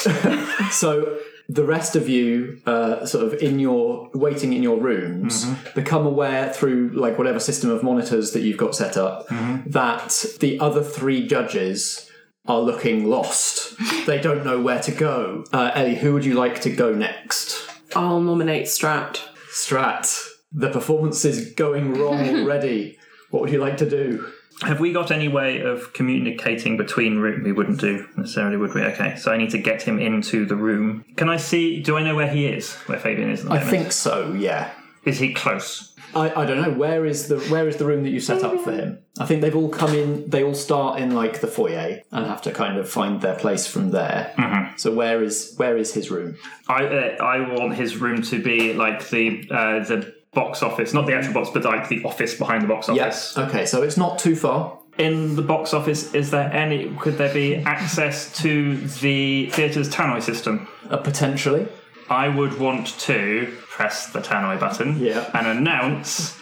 [SPEAKER 1] So the rest of you, uh, sort of in your waiting in your rooms, become aware through like whatever system of monitors that you've got set up that the other three judges are looking [LAUGHS] lost. they don't know where to go. Uh, Ellie, who would you like to go next?
[SPEAKER 8] I'll nominate Strat.
[SPEAKER 1] Strat, the performance is going [LAUGHS] wrong already. What would you like to do?
[SPEAKER 7] [LAUGHS] Have we got any way of communicating between room? We wouldn't do necessarily, would we? Okay, so I need to get him into the room. Can I see? Do I know where he is? Where Fabian is? At the
[SPEAKER 1] I
[SPEAKER 7] moment?
[SPEAKER 1] think so. Yeah.
[SPEAKER 7] is he close?
[SPEAKER 1] I, I don't know where is the where is the room that you set up for him. I think they've all come in. They all start in like the foyer and have to kind of find their place from there.
[SPEAKER 7] Mm-hmm.
[SPEAKER 1] So where is where is his room?
[SPEAKER 7] I uh, I want his room to be like the uh, the box office, not the actual box, but like the office behind the box office.
[SPEAKER 1] Yes. Okay. So it's not too far.
[SPEAKER 7] In the box office, is there any? Could there be access to the theatre's tannoy system?
[SPEAKER 1] Uh, potentially.
[SPEAKER 7] I would want to press the tannoy button
[SPEAKER 1] Yeah.
[SPEAKER 7] and announce.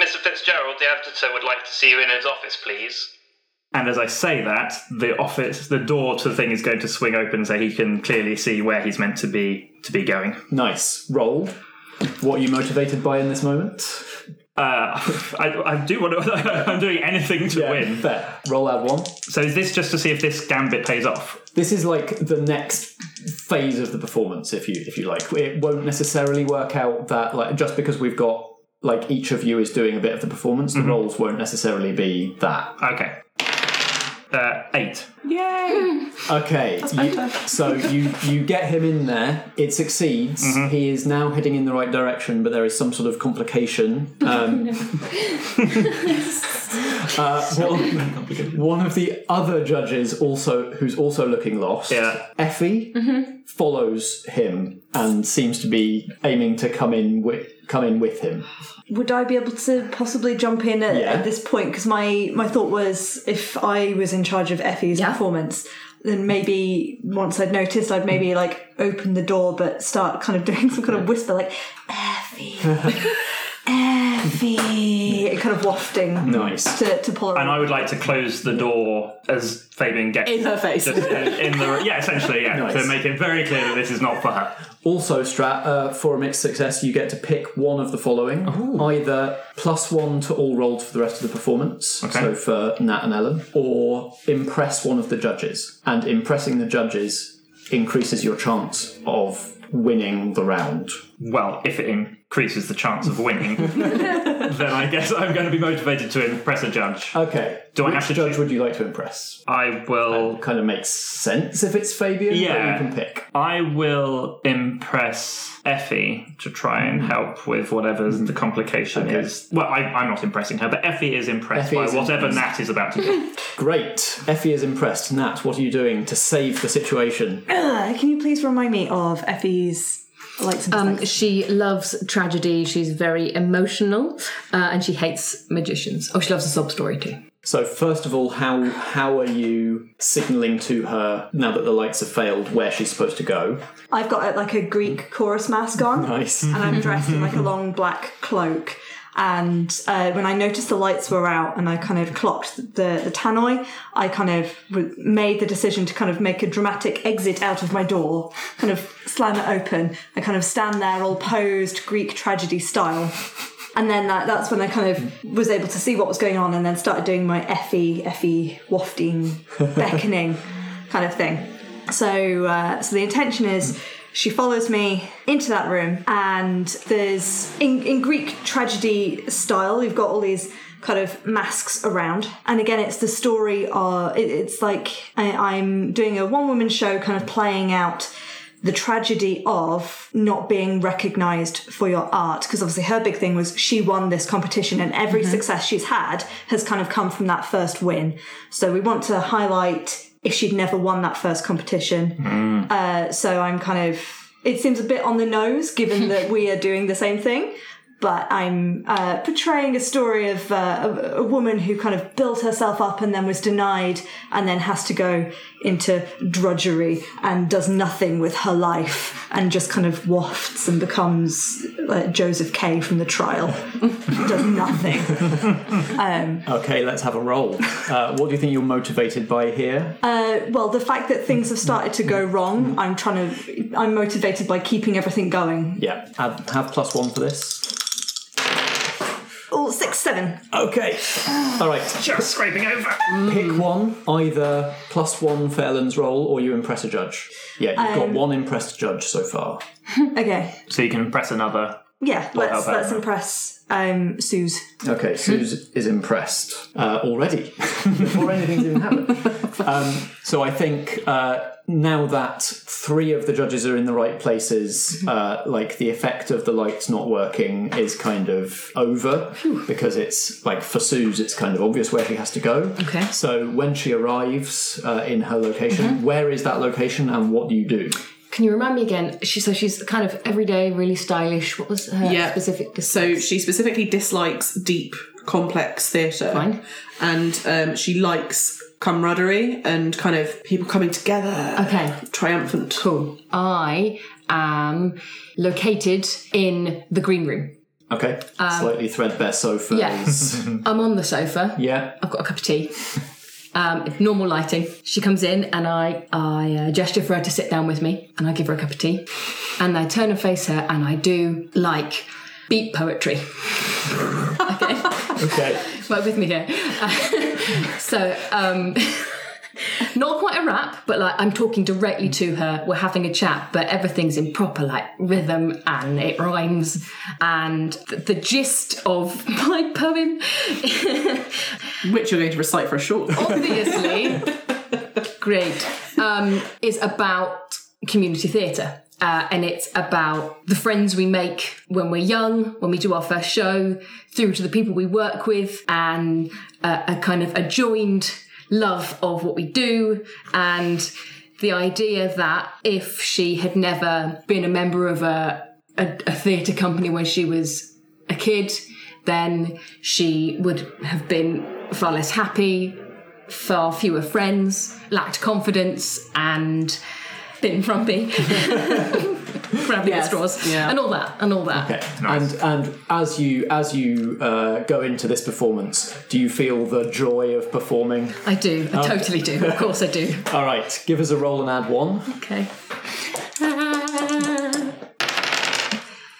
[SPEAKER 9] Mr. Fitzgerald, the editor would like to see you in his office, please.
[SPEAKER 7] And as I say that, the office, the door to the thing is going to swing open, so he can clearly see where he's meant to be to be going.
[SPEAKER 1] Nice roll. What are you motivated by in this moment?
[SPEAKER 7] Uh, [LAUGHS] I, I do want to. [LAUGHS] I'm doing anything to win.
[SPEAKER 1] Fair. Roll out one.
[SPEAKER 7] So is this just to see if this gambit pays off?
[SPEAKER 1] This is like the next phase of the performance, if you if you like. It won't necessarily work out that like just because we've got like each of you is doing a bit of the performance, the roles won't necessarily be that.
[SPEAKER 7] Okay. Uh, eight.
[SPEAKER 5] [LAUGHS]
[SPEAKER 8] Yay!
[SPEAKER 1] Okay, you, so you you get him in there. It succeeds. He is now heading in the right direction, but there is some sort of complication. Um, uh, one, one of the other judges also, who's also looking lost,
[SPEAKER 7] Yeah.
[SPEAKER 1] Effie follows him and seems to be aiming to come in with come in with him.
[SPEAKER 5] Would I be able to possibly jump in at,
[SPEAKER 1] Yeah.
[SPEAKER 5] at this point? Because my, my thought was if I was in charge of Effie's
[SPEAKER 6] Yeah.
[SPEAKER 5] performance, then maybe once I'd noticed, I'd maybe like open the door but start kind of [LAUGHS] doing some kind of whisper like, Effie, Effie, kind of wafting
[SPEAKER 1] Nice.
[SPEAKER 5] to, to pull her
[SPEAKER 7] And I would like to close the door as Fabian gets
[SPEAKER 8] In her face.
[SPEAKER 7] Just [LAUGHS] in, in the yeah, essentially yeah,
[SPEAKER 1] Nice.
[SPEAKER 7] to make it very clear that this is not for her.
[SPEAKER 1] Also, Strat, uh, for a mixed success, you get to pick one of the following either plus one to all rolls for the rest of the performance,
[SPEAKER 7] Okay.
[SPEAKER 1] so for Nat and Ellen, or impress one of the judges. And impressing the judges increases your chance of winning the round.
[SPEAKER 7] Well, if it increases the chance of winning, then I guess I'm going to be motivated to impress a judge.
[SPEAKER 1] Okay.
[SPEAKER 7] Do I
[SPEAKER 1] Which
[SPEAKER 7] have to
[SPEAKER 1] judge
[SPEAKER 7] choose-
[SPEAKER 1] would you like to impress?
[SPEAKER 7] I will.
[SPEAKER 1] Kind of makes sense if it's Fabian, but
[SPEAKER 7] Yeah.
[SPEAKER 1] you can pick.
[SPEAKER 7] I will impress Effie to try and help with whatever the complication
[SPEAKER 1] Hmm. Okay.
[SPEAKER 7] is. Well, I, I'm not impressing her, but Effie is impressed
[SPEAKER 1] Effie
[SPEAKER 7] by
[SPEAKER 1] is
[SPEAKER 7] whatever
[SPEAKER 1] impressed.
[SPEAKER 7] Nat is about
[SPEAKER 1] [LAUGHS]
[SPEAKER 7] to do.
[SPEAKER 1] Great. Effie is impressed. Nat, what are you doing to save the situation?
[SPEAKER 5] Uh, can you please remind me of Effie's likes
[SPEAKER 6] Um,
[SPEAKER 5] and dislikes?
[SPEAKER 6] She loves tragedy. She's very emotional, uh, and she hates magicians. Oh, she loves a sob story too.
[SPEAKER 1] So first of all, how how are you signalling to her now that the lights have failed where she's supposed to go?
[SPEAKER 5] I've got uh, like a Greek chorus mask on.
[SPEAKER 1] Nice.
[SPEAKER 5] and I'm dressed in like a long black cloak. And uh, when I noticed the lights were out and I kind of clocked the, the tannoy, I kind of w- made the decision to kind of make a dramatic exit out of my door, kind of slam it open. I kind of stand there all posed, Greek tragedy style. And then that, that's when I kind of was able to see what was going on and then started doing my Effie, Effie wafting, beckoning kind of thing. So, uh, so the intention is she follows me into that room, and there's in, in Greek tragedy style, you've got all these kind of masks around, and again, it's the story of it, it's like I, I'm doing a one woman show, kind of playing out the tragedy of not being recognized for your art because obviously her big thing was she won this competition and every success she's had has kind of come from that first win so we want to highlight if she'd never won that first competition uh, so i'm kind of it seems a bit on the nose given that we are doing the same thing but I'm uh, portraying a story of uh, a, a woman who kind of built herself up and then was denied, and then has to go into drudgery and does nothing with her life, and just kind of wafts and becomes uh, Joseph K from the trial, does nothing. Um,
[SPEAKER 1] Okay, let's have a roll. Uh, what do you think you're motivated by here?
[SPEAKER 5] uh, well, the fact that things have started to go wrong, I'm trying to, I'm motivated by keeping everything going.
[SPEAKER 1] Yeah, add, have plus one for this.
[SPEAKER 5] Oh, six, seven.
[SPEAKER 1] Okay. All right.
[SPEAKER 7] Just scraping over.
[SPEAKER 1] Pick one, either plus one for Ellen's roll, or you impress a judge. Yeah, you've got
[SPEAKER 5] Um,
[SPEAKER 1] one impressed judge so far.
[SPEAKER 5] okay.
[SPEAKER 7] So you can press another.
[SPEAKER 5] Yeah,
[SPEAKER 7] Well,
[SPEAKER 5] let's
[SPEAKER 7] how about
[SPEAKER 5] let's
[SPEAKER 7] that?
[SPEAKER 5] impress um Suze.
[SPEAKER 1] Okay, Suze is impressed uh, already [LAUGHS] before anything's even happened. Um, so I think uh, now that three of the judges are in the right places, uh, like the effect of the lights not working is kind of over because it's like for Suze, it's kind of obvious where she has to go.
[SPEAKER 6] Okay.
[SPEAKER 1] So when she arrives uh, in her location, where is that location and what do you do?
[SPEAKER 6] Can you remind me again? She so she's kind of everyday, really stylish. What was her
[SPEAKER 8] Yeah.
[SPEAKER 6] specific? dis-
[SPEAKER 8] So she specifically dislikes deep, complex theatre.
[SPEAKER 6] Fine.
[SPEAKER 8] And um, she likes camaraderie and kind of people coming together.
[SPEAKER 6] Okay.
[SPEAKER 8] Triumphant.
[SPEAKER 6] Cool. I am located in the green room.
[SPEAKER 1] Okay. Slightly threadbare sofas.
[SPEAKER 6] I'm on the sofa.
[SPEAKER 1] [LAUGHS] yeah.
[SPEAKER 6] I've got a cup of tea. Um, normal lighting. She comes in and I, I uh, gesture for her to sit down with me and I give her a cup of tea. And I turn and face her and I do like beat poetry. [LAUGHS]
[SPEAKER 1] Okay.
[SPEAKER 6] Work with me here. [LAUGHS] so, um, [LAUGHS] not quite a rap, but like I'm talking directly to her. We're having a chat, but everything's in proper like rhythm and it rhymes. And th- the gist of [LAUGHS] my poem
[SPEAKER 8] Which you're going to recite for a short. [LAUGHS]
[SPEAKER 6] obviously great um, is about community theatre uh, and it's about the friends we make when we're young when we do our first show through to the people we work with and uh, a kind of a joined love of what we do and the idea that if she had never been a member of a, a, a theatre company when she was a kid then she would have been far less happy far fewer friends, lacked confidence, and been frumpy. [LAUGHS] Grabbing at straws.
[SPEAKER 8] yeah.
[SPEAKER 6] And all that. And all that.
[SPEAKER 1] Okay. And and as you as you uh, go into this performance, do you feel the joy of performing?
[SPEAKER 6] I do. I totally do. Of course I do.
[SPEAKER 1] All right, give us a roll and add one.
[SPEAKER 6] Okay.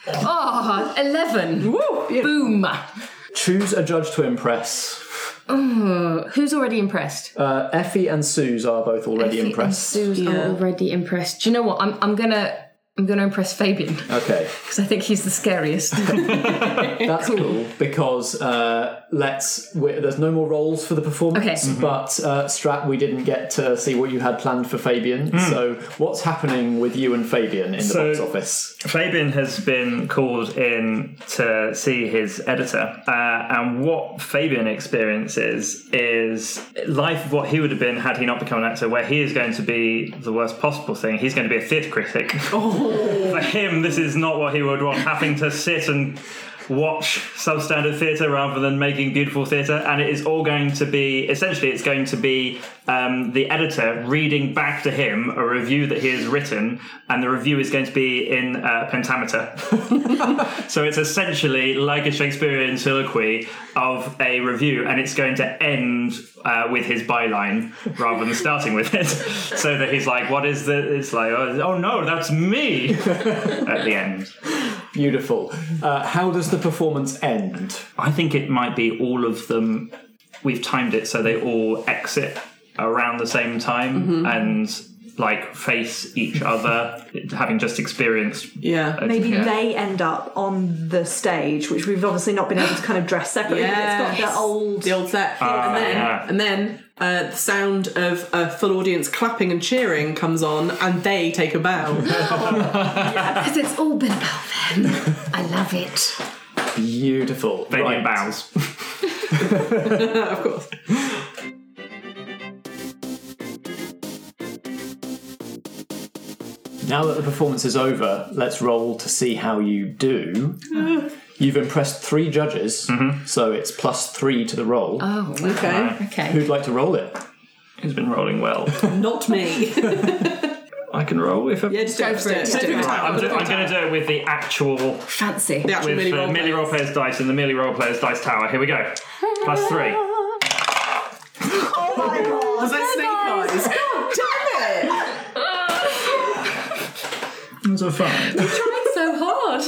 [SPEAKER 6] Oh, 11. Boom.
[SPEAKER 1] Choose a judge to impress.
[SPEAKER 6] Oh, who's already impressed?
[SPEAKER 1] Uh, Effie and Suze are both already impressed.
[SPEAKER 6] Sue's already impressed. Do you know what? I'm, I'm gonna I'm gonna impress Fabian
[SPEAKER 1] Okay,
[SPEAKER 6] because I think he's the scariest. [LAUGHS]
[SPEAKER 1] that's cool because uh, let's. we there's no more roles for the performance,
[SPEAKER 6] Okay. Mhm.
[SPEAKER 1] but uh, Strat, we didn't get to see what you had planned for Fabian. So, what's happening with you and Fabian in the
[SPEAKER 7] So-
[SPEAKER 1] box office?
[SPEAKER 7] Fabian has been called in to see his editor, uh, and what Fabian experiences is life of what he would have been had he not become an actor, where he is going to be the worst possible thing. He's going to be a theatre critic.
[SPEAKER 1] Oh.
[SPEAKER 7] [LAUGHS] For him, this is not what he would want, having to sit and watch substandard theatre rather than making beautiful theatre and it is all going to be essentially it's going to be um, the editor reading back to him a review that he has written and the review is going to be in uh, pentameter [LAUGHS] so it's essentially like a shakespearean soliloquy of a review and it's going to end uh, with his byline rather than starting with it [LAUGHS] so that he's like what is the it's like oh oh no that's me [LAUGHS] at the end
[SPEAKER 1] Beautiful. Uh, how does the performance end?
[SPEAKER 7] I think it might be all of them. We've timed it so they all exit around the same time and like face each other, having just experienced.
[SPEAKER 8] yeah.
[SPEAKER 5] Maybe
[SPEAKER 7] Yeah.
[SPEAKER 5] they end up on the stage, which we've obviously not been able to kind of dress separately. but It's got
[SPEAKER 8] Yes.
[SPEAKER 5] that old.
[SPEAKER 8] The old set. and then,
[SPEAKER 7] Ah, yeah.
[SPEAKER 8] and then uh, the sound of a full audience clapping and cheering comes on, and they take a bow.
[SPEAKER 6] Because it's all been about them. I love it.
[SPEAKER 1] Beautiful.
[SPEAKER 7] Fabian
[SPEAKER 1] Right.
[SPEAKER 7] bows.
[SPEAKER 8] of course. [GASPS]
[SPEAKER 1] Now that the performance is over, let's roll to see how you do.
[SPEAKER 10] You've impressed three judges, so it's plus three to the roll.
[SPEAKER 6] Oh,
[SPEAKER 8] [LAUGHS] Okay. Right.
[SPEAKER 6] Okay.
[SPEAKER 10] Who'd like to roll it?
[SPEAKER 7] Who's been rolling well?
[SPEAKER 8] Not [LAUGHS] me.
[SPEAKER 7] I can roll if I.
[SPEAKER 8] Yeah, just go for it. Just do it.
[SPEAKER 7] I'm, do- I'm going to do it with the actual
[SPEAKER 6] Fancy.
[SPEAKER 8] The actual
[SPEAKER 7] with
[SPEAKER 8] mini
[SPEAKER 7] the
[SPEAKER 8] roll.
[SPEAKER 7] Millie roll players dice and the Millie roll players dice tower. Here we go. Plus three.
[SPEAKER 6] [LAUGHS]
[SPEAKER 8] Was that snake eyes? God damn it!
[SPEAKER 10] So far.
[SPEAKER 6] Tried so hard.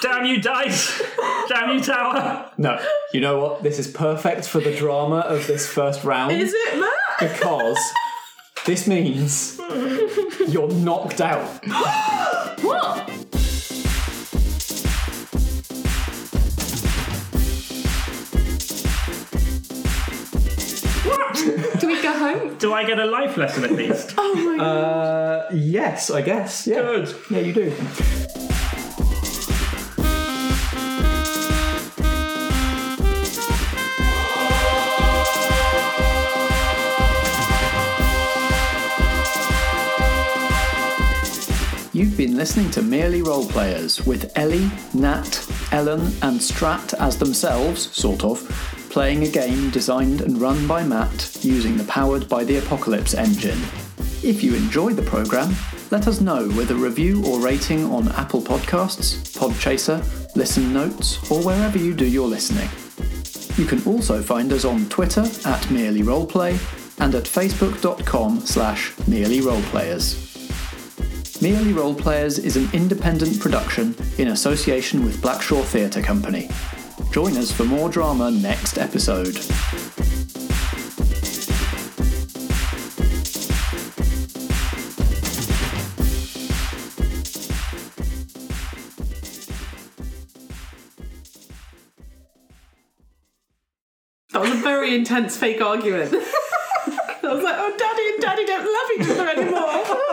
[SPEAKER 7] Damn you dice! Damn you tower!
[SPEAKER 10] no, you know what? This is perfect for the drama of this first round.
[SPEAKER 8] Is it Matt?
[SPEAKER 10] because this means
[SPEAKER 8] [LAUGHS]
[SPEAKER 10] you're knocked out.
[SPEAKER 6] what? Do we go home?
[SPEAKER 7] Do I get a life lesson at least?
[SPEAKER 10] Uh, yes, I guess. Yeah.
[SPEAKER 7] Good.
[SPEAKER 10] Yeah, you do.
[SPEAKER 1] You've been listening to Merely Role Players with Ellie, Nat, Ellen, and Strat as themselves, sort of, playing a game designed and run by Matt using the Powered by the Apocalypse engine. If you enjoy the programme, let us know with a review or rating on Apple Podcasts, Podchaser, Listen Notes, or wherever you do your listening. You can also find us on Twitter at Merely Roleplay and at facebook.com slash merely roleplayers. Merely Role Players is an independent production in association with Blackshaw Theatre Company. Join us for more drama next episode.
[SPEAKER 8] That was a very intense fake argument. I was like, oh, daddy and daddy don't love each other anymore.